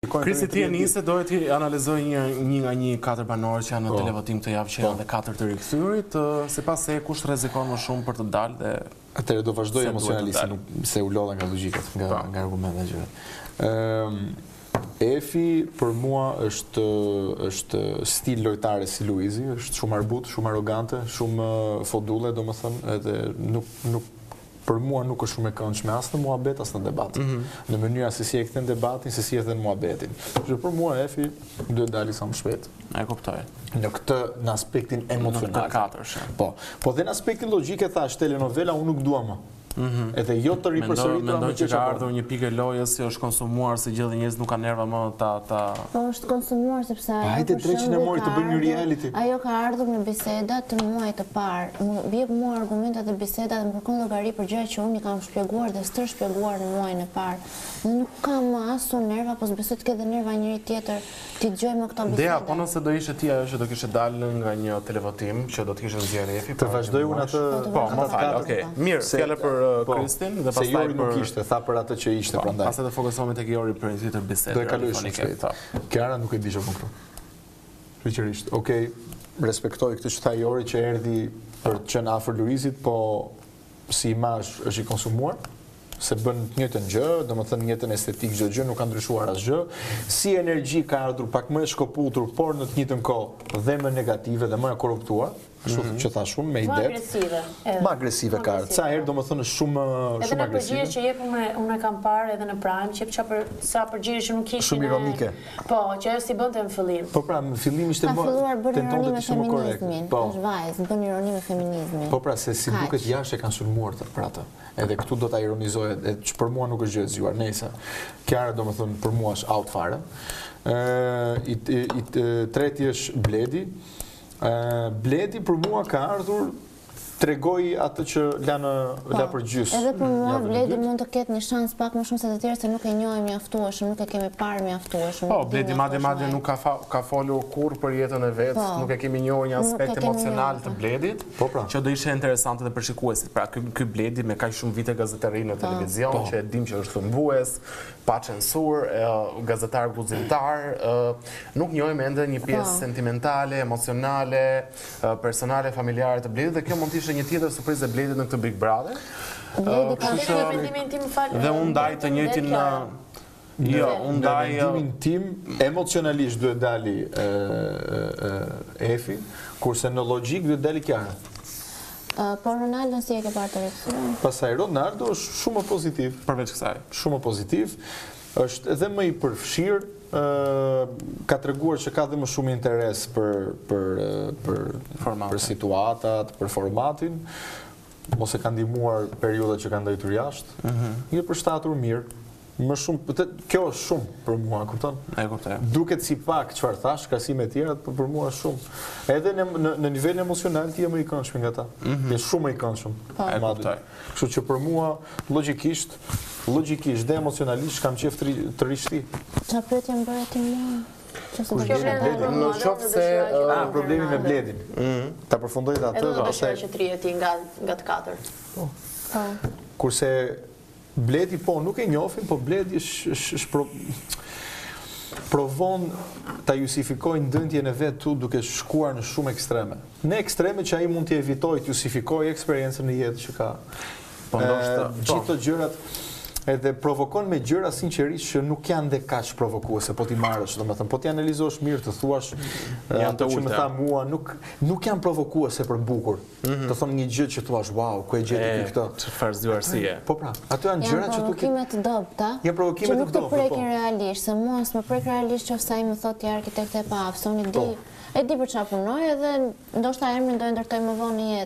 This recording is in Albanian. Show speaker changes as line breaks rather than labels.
Po,
kërkojnë
Krisi ti e
vetëm
nisi, do të analizoj një një nga një katër banorë që janë në
Po.
televotim këtë javë që janë dhe katër të rikthyrit, ë, sipas se kush rrezikon më shumë për të dalë dhe
Atëherë do vazhdoj
Se duhet
emocionalisht,
të dalë.
nuk se u lodha nga logjikat, nga
Po.
nga argumentet gjëra. Ëm Efi për mua është është stil lojtare si Luizi, është shumë arbut, shumë arrogante, shumë ë, fodulle, domethënë, edhe nuk nuk për mua nuk është shumë e këndshme as në muhabet as në debat.
Mhm.
Në mënyrën se si e kthen debatin, se si e kthen muhabetin. Që për mua Efi duhet dali sa më shpejt
e kuptoj.
në këtë në aspektin
Në të
emocional.
katërsh.
Po, po dhe në aspektin logjik e thash telenovela unë nuk dua më. Edhe jo të
Mhm. Mendoj,
ripërsëritura
mendoj
me
që
që po.
ka ardhur një pikë e lojës që është konsumuar se gjithë njerëzit nuk kanë nerva më ta ta
Po është konsumuar sepse ajo
hajde
për
dreqin e
shembull,
mori
ka
të bëjmë një
ardhur-
reality.
Ajo ka ardhur në biseda të muaj të parë. Mu vjep mua argumente dhe biseda dhe më kërkon llogari për gjëra që unë i kam shpjeguar dhe s'tër shpjeguar në muajin e parë. Unë nuk kam asu nerva, po s'besoj të ketë nerva njëri tjetër ti dëgjoj më këto biseda.
Dea, po nëse do ishe ti ajo që do kishe dalë nga një televotim që do të kishe zgjerë efi,
Të vazhdoj unë atë
Po,
atë
më fal,
katër.
okay. Mirë, fjala për uh,
po,
Kristin dhe
se
pastaj
Jori
për Po,
nuk ishte, tha për atë që ishte prandaj.
Pastaj do fokusohemi tek Jori për një tjetër bisedë.
Do e kaloj shumë
telefonike.
shpejt.
Po.
Kiara nuk e di çfarë këtu. Sinqerisht, okay, respektoj këtë që tha Jori që erdhi për të qenë afër Luizit, po si imazh është i konsumuar se bën të njëjtën gjë, domethënë njëjtën estetikë çdo gjë, nuk ka ndryshuar asgjë. Si energji ka ardhur pak më e shkoputur, por në të njëjtën kohë dhe më negative dhe më e korruptuar, kështu që tha shumë me
Më
ide.
agresive. edhe.
Më agresive ka ardhur. Sa herë domethënë shumë
Edhe
shumë
në
agresive.
përgjigje që jep unë unë e kam parë edhe në Prime, që jep ça për sa përgjigje që nuk kishin.
Shumë
e-
ironike.
Po, që ajo si bënte në fillim.
Po pra, në fillim ishte
Ka
më
filluar bën
tentonte
ironi
të
me
ishte më korrekt.
feminizmin.
Po.
Është vajzë, bën ironi me feminizmin.
Po pra se si
Kaq.
duket jashtë e kanë sulmuar të pratë. Edhe këtu do ta ironizoj, e- që për mua nuk është gjë e zgjuar. Nëse Kiara domethënë për mua është out fare. Ë i, i, i treti është Bledi. Ë Bledi për mua ka ardhur tregoi atë që la në la për gjys.
Po, Edhe për mua
La për
Bledi
gjys.
mund të ketë një shans pak më shumë se të tjerë se nuk e njohim mjaftueshëm, nuk e kemi parë mjaftueshëm.
Po,
nuk dim
Bledi madje
mjaftueshëm
madje
ai.
nuk ka fa, ka folur kur për jetën e vet,
Po.
nuk e kemi njohur një
Nuk e
aspekt
kemi
emocional
njohur,
të
po.
Bledit,
Po, pra.
që do ishte interesante edhe për shikuesit. Pra ky ky Bledi me kaq shumë vite gazetari në televizion, që e dim që është thumbues, pa censur, e, gazetar guximtar, e, nuk njohim ende një pjesë sentimentale, emocionale, e, personale, familjare të Bledit dhe kjo mund të ishte një tjetër surprizë e Bledit në këtë Big Brother.
Bledi
uh,
ka
Edhe në mendimin tim fal.
Dhe unë ndaj të njëjtin
Kiara.
e, Jo, unë jo.
Në
ndaj e,
mendimin tim emocionalisht duhet dali ë ë, ë, Efi, kurse në logjik duhet dali Kiara.
Ë, Po Ronaldo si e ke parë të rikësuar?
Pastaj Ronaldo është shumë pozitiv.
përveç kësaj.
shumë pozitiv, është edhe më i përfshirë, ë ka treguar që ka dhe më shumë interes për për ë, për
Formatin.
për situatat, për formatin mos e ka ndihmuar periudha që ka ndajtur jashtë. Një përshtatur mirë, më shumë vërtet, kjo është shumë për mua, kupton?
E kuptoj.
Duket si pak çfarë thash, krahasim me të tjerat, por për mua është shumë. Edhe në në, në nivelin emocional ti je më i këndshëm nga ta. Je shumë më i këndshëm.
Mhm. E
Madje.
kuptoj.
Kështu që për mua logjikisht, logjikisht dhe emocionalisht kam qejf të ri- të rishti.
Qa pyetje më bërë ti mua? Që se
Kush
do
Kjo vlen
të
edhe
Bledi.
për
Në
mua,
qoftë
edhe
se, uh,
dëshira që
Ah,
kam për
problemi me
Ronaldo.
Bledin. Ta përfundoj dhe atë,
Edhe do
pastaj.
dëshira që trihet ti nga nga të katër.
Po.
Po. Kurse Bledi po nuk e njohim, po Bledi është është- është pro- provon ta justifikojë ndëndjen e vet tu duke shkuar në shumë ekstreme. Në ekstreme që ai mund t'i evitojë, të justifikojë eksperiencën në jetë që ka.
Po ndoshta,
E,
po.
gjithë këto gjërat edhe provokon me gjëra sinqerisht që nuk janë dhe kaq provokuese, po ti marrësh, domethënë, po ti analizosh mirë, të thuash e,
Janë të
ato që më
ulta.
tha mua, nuk nuk janë provokuese për bukur.
Mhm.
Të thon një gjë që thuash, wow, ku e
É,
gjeti ti këtë?
Çfarë zgjuarësie.
Po pra, ato janë gjëra
Janë
që tu
provokime të dobta.
Janë provokime
që
të
nuk të
dobta,
prekin
po.
realisht, se mua s'më prek realisht që sa i më thotë
Po.
ti arkitekte pa hapse, unë e di. E di për çfarë punoj edhe ndoshta emrin do e ndërtoj më vonë në jetë.